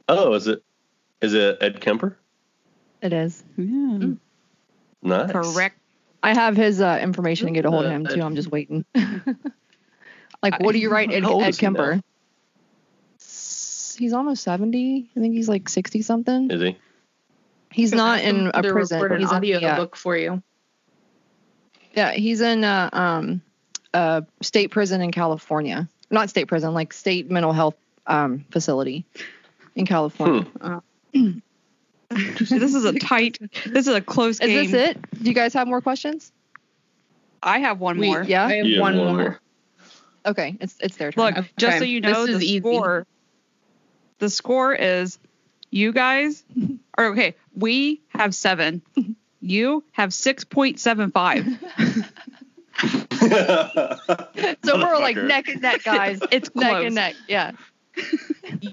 D: oh, is it is it Ed Kemper?
A: It is.
B: Yeah.
D: Mm, Nice.
B: Correct.
A: I have his uh, information to get a hold of him too. I'm just waiting. like, what do you write, Ed,
D: How old
A: Ed
D: is he now?
A: Kemper? S- He's almost seventy. I think he's like sixty something.
D: Is he?
A: He's not in a
C: They
A: prison.
C: recorded an
A: He's in,
C: audio
A: yeah,
C: book for you.
A: yeah, he's in uh, um, uh, state prison in California. Not state prison, like state mental health um, facility in California.
D: Hmm.
B: This is a tight. This is a close game.
A: Is this it? Do you guys have more questions?
B: I have one
C: We-
B: more.
A: Yeah.
C: I have
D: You have
C: one
D: one
C: more.
D: more.
A: Okay, it's it's their turn.
B: Look, just so
C: Okay.
B: you know,
C: This is
B: the
C: easy.
B: score. the score is you guys or okay, we have seven. You have six point seven five.
A: So we're like
D: Motherfucker.
A: neck and neck, guys.
B: It's
A: neck
B: close.
A: and neck. Yeah.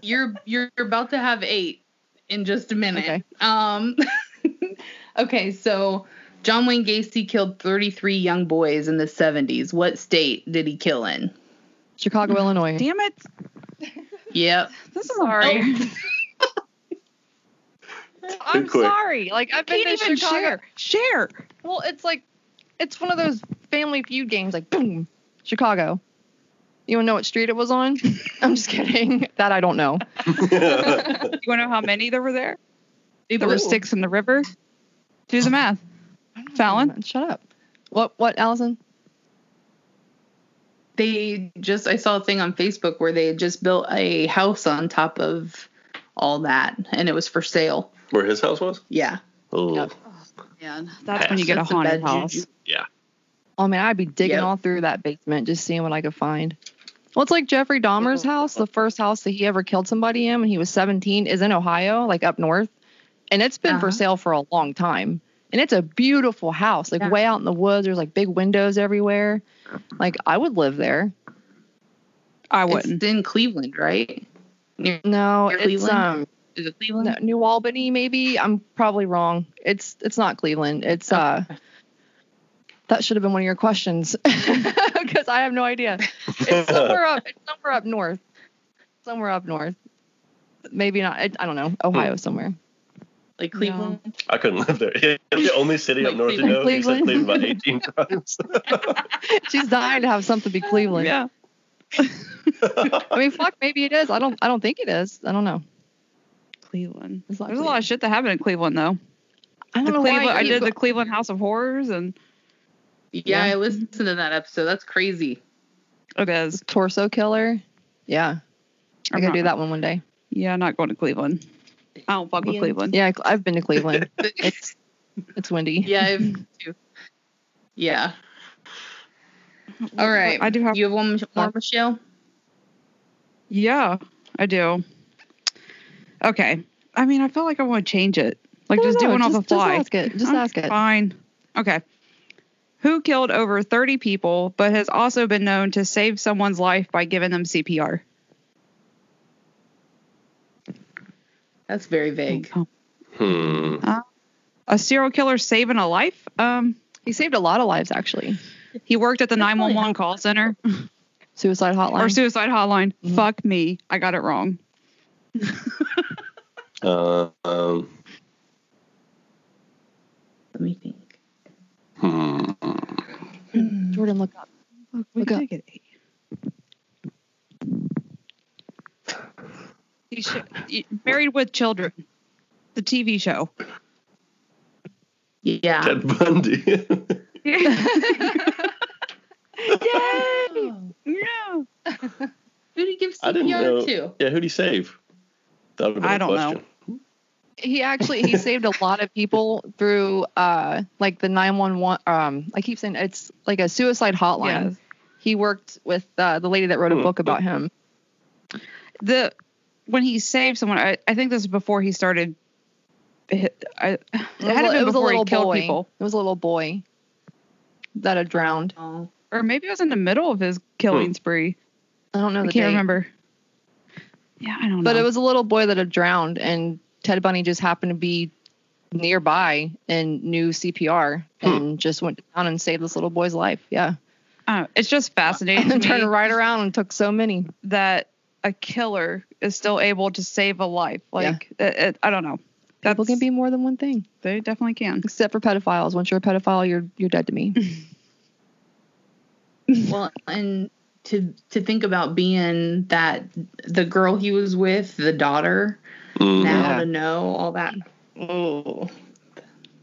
C: you're you're about to have eight in just a minute.
A: Okay.
C: Um Okay, so John Wayne Gacy killed 33 young boys in the 70s. What state did he kill in?
A: Chicago, Illinois.
B: Damn it.
C: Yep.
B: This is
A: Sorry.
B: a I'm
D: quick.
B: sorry. Like I
A: I've been
B: can't
A: to
B: even
A: Chicago.
B: share. Share.
A: Well, it's like it's one of those family feud games like boom, Chicago. You wanna know what street it was on? I'm just kidding. That I don't know.
B: You wanna know how many there were there?
C: There
B: There were six in the river. Do the math. Fallon?
A: Shut up. What what, Allison?
C: They just I saw a thing on Facebook where they had just built a house on top of all that and it was for sale.
D: Where his house was?
C: Yeah.
D: Oh,
A: Yep.
C: Man.
B: That's when you get a
C: That's a
B: haunted
C: bad
B: house.
C: juju.
A: Oh man, I'd be digging
C: Yep.
A: all through that basement just seeing what I could find. Well, it's like Jeffrey Dahmer's
C: Oh.
A: house, the first house that he ever killed somebody in when he was 17, is in Ohio, like up north. And it's been
C: Uh-huh.
A: for sale for a long time. And it's a beautiful house, like
C: Yeah.
A: way out in the woods. There's like big windows everywhere. Like I would live there.
B: I wouldn't.
C: It's in Cleveland, right? Near,
A: No,
C: Near
A: it's
C: Cleveland?
A: um
C: is it Cleveland?
A: no, New Albany maybe. I'm probably wrong. It's it's not Cleveland. It's uh that should have been one of your questions because I have no idea. It's somewhere up. It's somewhere up north. Somewhere up north. Maybe not. I, I don't know.
B: Hmm.
A: Ohio somewhere.
C: Like Cleveland?
D: I couldn't live there. It's the only city up
C: Like
D: north you know. You said
A: Cleveland.
D: Cleveland about 18 times.
A: She's dying to have something be Cleveland.
B: Yeah.
A: I mean, fuck. Maybe it is. I don't. I don't think it is. I don't know.
B: Cleveland.
A: It's not
B: There's a lot of shit that happened in Cleveland though.
A: I don't
B: The
A: know
B: Cleveland,
A: why.
B: I
A: you
B: did
A: go-
B: the Cleveland House of Horrors, and
C: Yeah,
A: Yeah.
C: I listened to that episode. That's crazy.
B: it is.
A: torso killer. Yeah, i
B: I'm
A: could
B: not-
A: do that one one day.
B: Yeah, not going to Cleveland. I don't fuck with
C: Yeah.
B: Cleveland.
A: Yeah, I- I've been to Cleveland. it's it's windy.
C: Yeah, I've too. Yeah. All right.
B: I do have.
C: You have one more,
A: more,
C: Michelle.
B: Yeah, I do. Okay. I mean, I feel like I want to change it. Like
A: I don't
B: just do
A: know,
B: one off the fly.
A: Just ask it. Just
B: Okay,
A: ask it.
B: Fine. Okay. Who killed over 30 people, but has also been known to save someone's life by giving them CPR?
C: That's very vague.
D: hmm.
B: Oh, A serial killer saving a life? Um,
A: He saved a lot of lives actually.
B: he worked at the
C: That's really
B: 911 call center
A: Suicide hotline.
B: or suicide hotline.
A: Mhm.
B: Fuck me. I got it wrong.
D: Uh, um,
C: Let me think.
D: hmm.
A: Jordan, look up.
B: Look, we
A: Look up.
B: did get eight. He sh- he- Married with Children, the TV show.
C: Yeah.
B: Ah.
D: Ted Bundy.
B: Yay!
C: Oh,
B: No.
C: Who do you give
D: I didn't know.
C: CPR to?
D: Yeah, who'd he save? That would've been
B: I
D: a
B: don't know.
D: question.
A: he actually he saved a lot of people through uh like the 911 um i keep saying it's like a suicide hotline
B: Yes.
A: he worked with uh, the lady that wrote a
D: Hmm.
A: book about him
B: The when he saved someone, I, I think this is before he started. hit- I, it had to
A: it
B: been
A: was a
B: before he
A: little
B: killed
A: boy
B: people,
A: it was a little boy that had drowned
C: Oh.
B: or maybe it was in the middle of his killing
D: Hmm.
B: spree.
A: i don't know
B: I
A: the
B: can't
A: date,
B: remember. Yeah, I don't know.
A: but it was a little boy that had drowned and ted bunny just happened to be nearby and knew cpr
B: Hmm.
A: and just went down and saved this little boy's life yeah
B: Uh, it's just fascinating. to
A: and
B: me.
A: turned right around and took so many
B: that a killer is still able to save a life. Like it, it, I don't know. That's,
A: people can be more than one thing
B: They definitely can.
A: except for pedophiles. Once you're a pedophile, you're you're dead to me.
C: Well, and to to think about being that the girl he was with, the daughter,
D: Mm.
C: now
A: Yeah.
C: to know all that. Oh,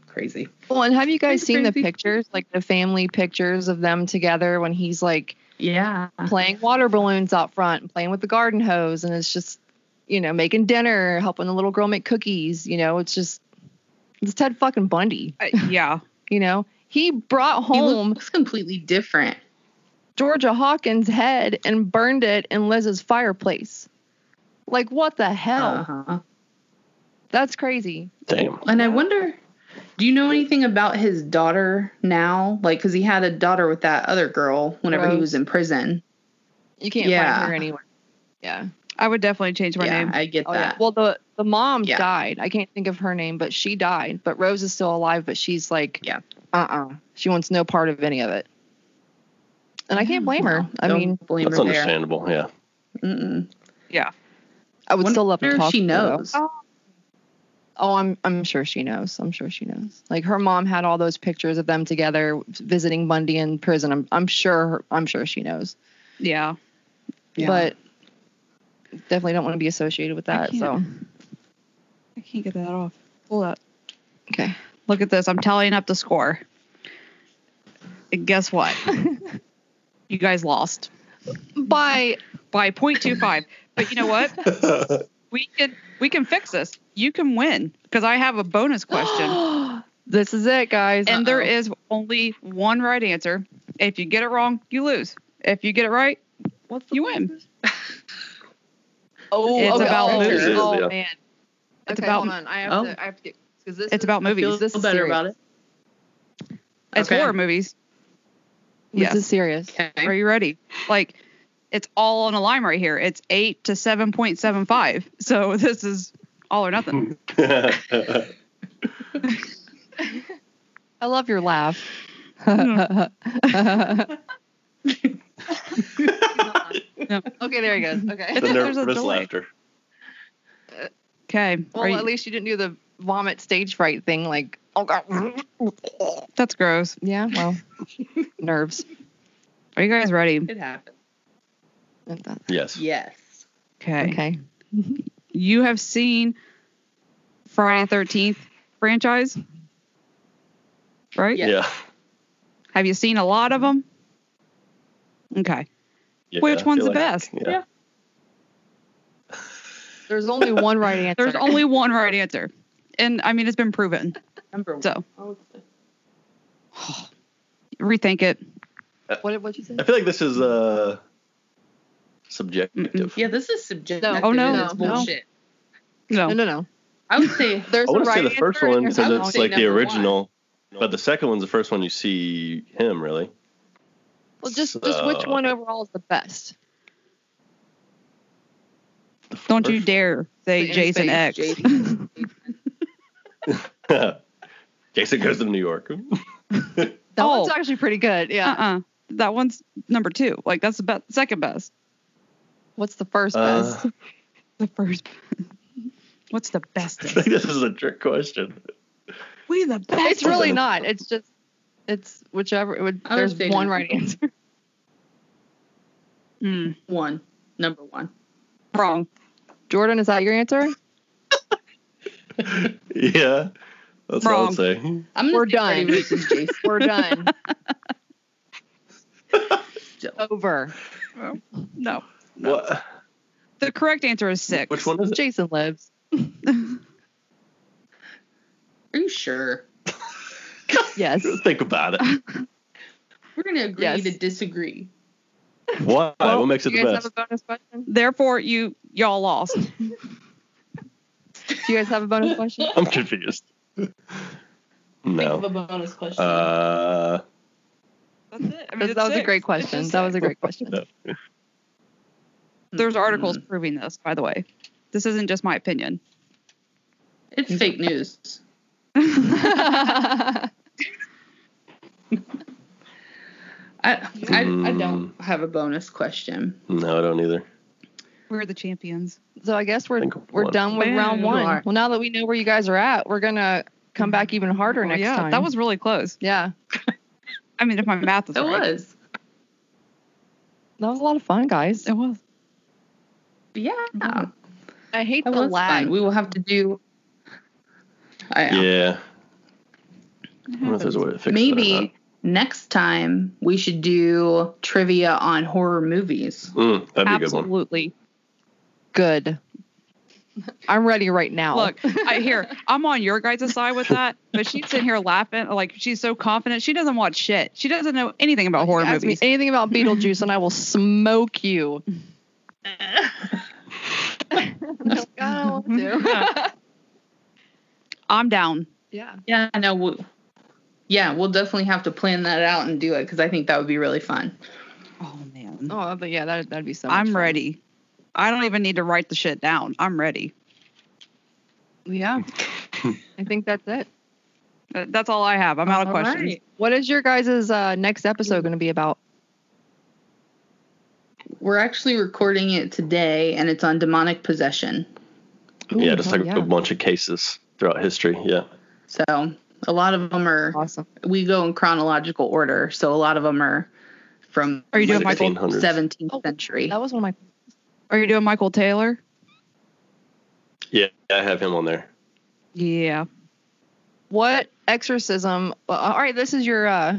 C: crazy.
A: Well, and have you guys
B: That's
A: seen the
B: crazy.
A: pictures, like the family pictures of them together when he's like
C: Yeah.
A: playing water balloons out front and playing with the garden hose, and it's just you know making dinner, helping the little girl make cookies. You know, it's just it's Ted fucking Bundy.
B: Uh, yeah.
A: You know, he brought
C: He
A: home
C: looks completely different.
A: Georgia Hawkins' head and burned it in Liz's fireplace. Like what the hell?
C: Uh-huh.
A: That's crazy.
D: Damn.
C: And I wonder, do you know anything about his daughter now? Like, because he had a daughter with that other girl whenever he
A: Rose.
C: was in prison.
A: You can't
C: Yeah.
A: find her anywhere. Yeah.
B: I would definitely change my
C: yeah,
B: name.
C: I get
A: Oh, yeah.
C: that.
A: Well, the the mom
C: Yeah.
A: died. I can't think of her name, but she died. But Rose is still alive. But she's like,
C: Yeah.
A: uh, uh She wants no part of any of it. And I can't blame her.
C: Well,
A: I
C: Mm-hmm. don't
A: mean,
C: blame
D: That's
C: her there.
D: understandable. Yeah.
C: Mm-mm.
A: I would
C: Wonder
A: still love to
C: if
A: talk.
C: she
A: to her, though.
C: knows.
B: Oh.
A: Oh, I'm I'm sure she knows. I'm sure she knows. Like her mom had all those pictures of them together visiting Bundy in prison. I'm I'm sure I'm sure she knows.
B: Yeah.
C: Yeah.
A: But definitely don't want to be associated with
B: I
A: that. So
B: can't- I can't get that off. Pull that.
A: okay.
B: Look at this. I'm tallying up the score. And guess what? you guys lost
A: By
B: by 0.25. But you know what? We can we can fix this. You can win because I have a bonus question.
A: this is it, guys.
B: and there
A: Uh-oh.
B: is only one right answer. If you get it wrong, you lose. If you get it right,
A: What's
B: you win.
A: Oh,
B: It's
A: okay.
B: about
A: oh,
B: movies.
A: Oh
D: Yeah.
A: man,
B: It's
A: okay,
B: about-
A: hold on. I have
C: Oh.
A: to. I have to get. 'cause this
B: It's
A: is-
B: about
A: I feel
B: movies.
A: This
C: Feel
A: is
C: better
A: serious.
C: about it.
B: It's
C: Okay.
B: horror movies. Yes.
A: This is serious.
B: Are
C: Okay.
B: you ready? Like, it's all on a line right here. It's eight to seven point seven five. So this is all or nothing.
A: I love your laugh. Okay, there he goes. Okay.
B: It's-
D: the
B: There's a
D: nervous
B: delay.
D: laughter.
B: Okay.
A: Well, at least you didn't do the vomit stage fright thing. Like, oh god.
B: that's gross.
A: Yeah. Well, nerves.
B: Are you guys ready?
C: It happens.
D: Yes.
C: Yes.
B: Okay.
A: Okay.
B: You have seen Friday Thirteenth franchise, right?
C: Yeah.
D: Yeah.
B: Have you seen a lot of them? Okay.
D: Yeah,
B: Which
D: I
B: one's
D: feel
B: the best?
D: Yeah.
C: Yeah.
A: There's only one right answer.
B: There's only one right answer, and I mean it's been proven.
C: Number one.
B: So
C: Oh,
B: rethink it.
A: What what you say?
D: I feel like this is uh subjective.
C: yeah, this is subjective.
A: No.
B: Oh, no,
C: That's
A: no, no.
C: bullshit.
A: No,
B: No.
A: no, no.
C: I would say
A: There's
D: I
A: a
D: want to
A: right
D: say the first
A: answer and
D: one
A: there's a
C: I
D: because
C: would
D: it's
A: wrong
C: say
D: like the
C: number one.
D: original, but the second one's the first one you see him really.
A: Well, just just which
D: So-
A: one overall is the best?
D: The
B: Don't you
D: first-
B: dare say
A: Say
B: Jason
A: space,
B: X.
C: Jason.
D: Jason goes to New York.
A: That
B: Oh.
A: one's actually pretty good. Yeah.
B: Uh-uh. That one's number two. Like that's the be- second best.
A: What's the first
D: Uh,
A: best?
B: The first. What's the best?
D: I think this is a trick question.
B: we the best.
A: It's really not. It's just it's whichever. It would,
C: I would
A: there's
C: say
A: one
C: no.
A: right answer.
B: Mm,
C: one. Number one.
B: wrong.
A: Jordan, is that your answer?
D: Yeah, that's what I
B: Wrong.
D: would say.
C: I'm gonna
A: We're
C: say Freddy
A: done.
C: versus Jason.
A: We're done. Over.
B: No.
D: What?
B: The correct answer is six.
D: Which one is it?
A: Jason lives.
C: Are you sure?
A: Yes.
D: Think about it.
C: We're gonna agree
A: Yes.
C: to disagree.
D: Why?
B: Well,
D: what makes it
A: Do
D: the
A: you guys
D: best?
A: have a bonus question?
B: Therefore, you y'all lost.
A: Do you guys have a bonus question?
D: I'm confused.
C: Think
D: No.
C: of a bonus question.
D: Uh,
B: That's it. I mean,
A: That
B: it's
A: was a
B: six.
A: great
B: It's
A: question.
B: just
A: That
B: six.
A: was a Mm-hmm. great question.
B: There's articles proving this, by the way. This isn't just my opinion.
C: It's fake news.
A: I
C: I, I, I
D: Hmm.
C: don't have a bonus question.
D: no, I don't either.
B: We're the champions.
A: So I guess we're
D: Think of
A: we're
D: one.
A: done with
B: Man,
A: round
B: you
A: one.
C: are.
A: Well, now that we know where you guys are at, we're gonna come back even harder
B: Oh,
A: next
B: yeah,
A: time.
B: that was really close.
A: yeah,
B: I mean, if my math is
C: it
B: right.
C: was.
A: that was a lot of fun, guys.
B: It was.
C: Yeah.
B: Mhm.
A: I hate
C: That
A: the
C: was
A: lag.
C: fun. We will have to do. I know.
D: Yeah. I don't know if there's a way to fix that or
C: Maybe next time we should do trivia on horror movies.
D: not. Mm, that'd be a good one.
B: Absolutely.
A: Good. I'm ready right now.
B: Look, I here I'm on your guys' side with that, but she's sitting here laughing like she's so confident. She doesn't watch shit. She doesn't know anything about horror
A: ask
B: movies.
A: me anything about Beetlejuice and I will smoke you. I don't want to.
B: I'm down.
A: yeah.
C: Yeah, no, we'll, yeah, we'll definitely have to plan that out and do it because I think that would be really fun.
B: Oh man.
A: Oh, but yeah, that that'd be so. much
B: I'm
A: fun.
B: ready. I don't even need to write the shit down. I'm ready.
A: Yeah. I think that's it.
B: Uh, That's all I have. I'm out of
C: All
B: questions.
C: right.
A: What is your guys' uh, next episode going to be about?
C: We're actually recording it today, and it's on demonic possession.
A: Ooh,
D: yeah, just
A: hell
D: like
A: yeah.
D: a bunch of cases throughout history. Yeah.
C: So a lot of them are.
A: Awesome.
C: We go in chronological order, so a lot of them are from
B: Are you doing
C: like,
B: Michael?
D: 1600s.
C: 17th
A: Oh,
C: century.
A: That was one of my.
B: Are you doing Michael Taylor?
D: Yeah, I have him on there.
B: Yeah.
A: What exorcism? uh, all right, this is your uh,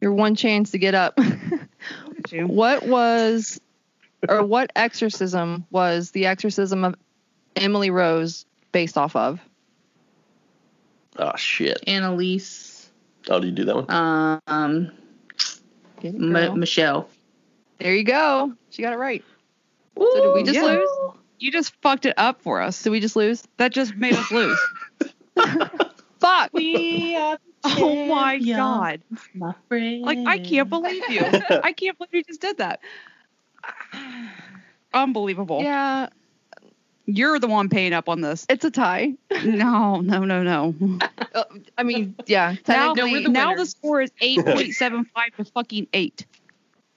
A: your one chance to get up. what was, or what exorcism was the exorcism of Emily Rose based off of?
D: Oh shit.
C: Annalise,
D: Oh, do you do that one?
C: um, M-
A: Get it, girl.
C: Michelle.
A: there you go. She got it right.
C: So
A: did we just
B: yeah.
A: lose?
B: You just fucked it up for us.
A: Did we just lose?
B: That just made us lose.
A: Fuck.
C: We are
B: oh my god.
C: my friend.
B: Like I can't believe you. I can't believe you just did that. Unbelievable.
A: Yeah,
B: You're the one paying up on this.
A: it's a tie.
B: No, no, no, no.
A: I mean, yeah.
B: Now,
A: technically-
C: we're the
B: now the
C: winners.
B: score is 8.75 to fucking 8.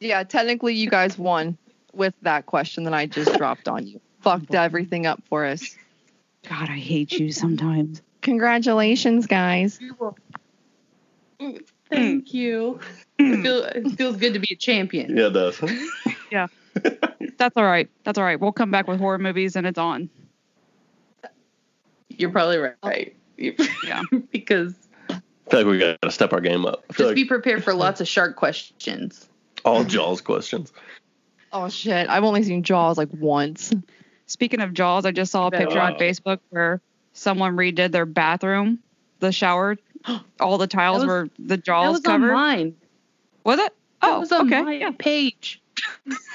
A: Yeah, technically you guys won with that question that I just dropped on you. Fucked everything up for us.
B: God, I hate you sometimes.
A: Congratulations, guys.
C: Thank you. It, feel, it feels good to be a champion.
D: Yeah, it does.
B: That's all right. That's all right. We'll come back with horror movies and it's on.
C: You're probably
A: Oh.
C: right. Yeah. because
D: I feel like we gotta step our game up. I feel
C: just
D: like
C: be prepared for lots of shark questions.
D: all Jaws questions.
A: Oh shit. I've only seen Jaws like once.
B: Speaking of Jaws, I just saw a
C: Better
B: picture on
D: wow.
B: Facebook where someone redid their bathroom, the shower. All the tiles
C: That was-
B: were the
C: that
B: Jaws
C: was
B: covered.
C: on mine.
B: Was it?
C: That
B: Oh,
C: was on
B: okay.
C: my
B: Yeah,
C: page.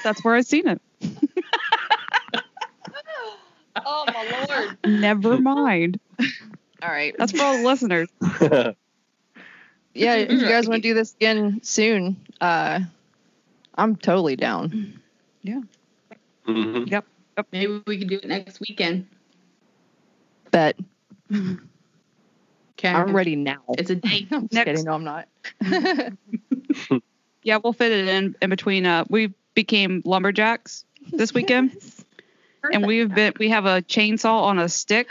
B: that's where I seen it.
A: Oh my lord.
B: Never mind.
A: All right.
C: Uh,
B: That's for all the listeners.
D: Mm-hmm.
A: Yeah, if you guys want to do this again soon, uh I'm totally down.
D: Mhm.
C: Maybe we could do it next weekend.
A: Bet.
C: Okay.
A: I'm ready now.
C: It's a date.
A: I'm just
B: Next.
A: kidding. No, I'm not.
B: Yeah, we'll fit it in in between. Uh, we became lumberjacks this weekend, and we've been we have a chainsaw on a stick,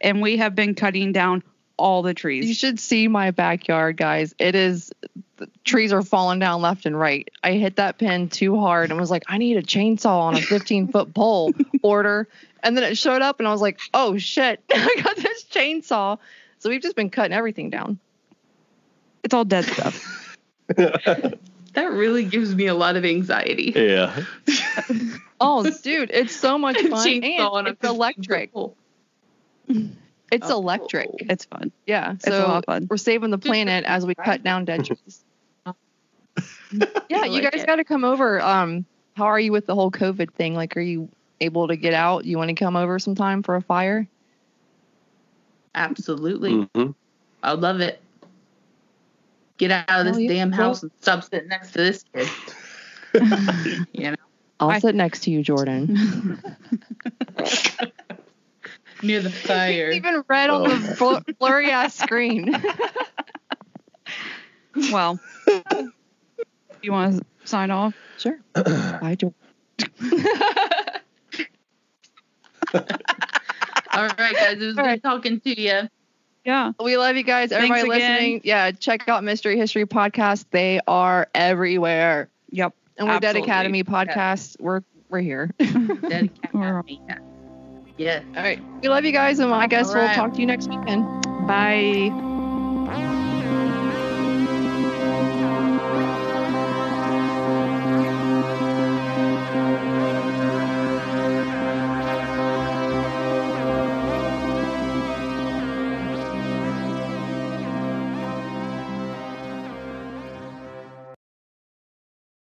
B: and we have been cutting down all the
A: You
B: trees.
A: should see my backyard, guys. It is the trees are falling down left and right. I hit that pin too hard and was like, I need a chainsaw on a 15 foot pole order. And then it showed up and I was like, oh shit, I got this chainsaw. So we've just been cutting everything down.
B: It's all dead stuff.
C: That really gives me a lot of anxiety.
D: yeah.
A: Oh, dude, it's so much fun.
C: Chainsaw on
A: And
C: a
A: it's electric.
C: pole.
A: It's
B: Oh.
A: electric.
B: It's fun.
A: Yeah.
B: It's a lot
A: So
B: of fun.
A: we're saving the planet as we cut down dead trees. yeah,
C: I
A: you
C: like
A: guys
C: it.
A: got to come over. Um, how are you with the whole COVID thing? Like, are you able to get out? You want to come over sometime for a fire?
C: Absolutely.
D: Mhm.
C: I love it. Get out of this
A: Hell Oh, yeah.
C: damn
A: Well-
C: house and stop sitting next to this kid. you know,
A: I'll
B: I-
A: sit next to you, Jordan.
C: near the fire.
A: Even red on
D: Oh.
A: the bl- blurry ass screen.
B: Well, you want to sign off?
A: sure. Bye, Jordan.
C: All right, guys, it was
A: All
C: good
A: right.
C: talking to you.
B: Yeah.
A: We love you guys.
B: Thanks
A: Everybody
B: again.
A: listening, yeah, check out Mystery History Podcast. They are everywhere.
B: Yep.
A: And we're
B: Absolutely.
A: Dead Academy Podcast. We're we're here.
C: Dead cat
B: All right.
C: me. Yes.
A: All right. We love you guys, and I guess
C: All
A: we'll
C: right.
A: talk to you next weekend.
B: Bye.